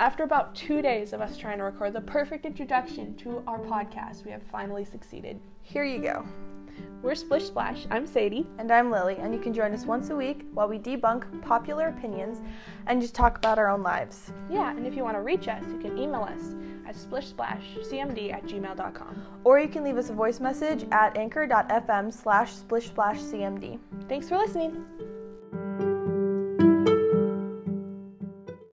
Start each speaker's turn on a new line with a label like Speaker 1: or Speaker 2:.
Speaker 1: After about two days of us trying to record the perfect introduction to our podcast, we have finally succeeded.
Speaker 2: Here you go.
Speaker 1: We're Splish Splash. I'm Sadie.
Speaker 2: And I'm Lily, and you can join us once a week while we debunk popular opinions and just talk about our own lives.
Speaker 1: Yeah, and if you want to reach us, you can email us at splishsplashcmd at gmail.com.
Speaker 2: Or you can leave us a voice message at anchor.fm slash splishsplashcmd.
Speaker 1: Thanks for listening.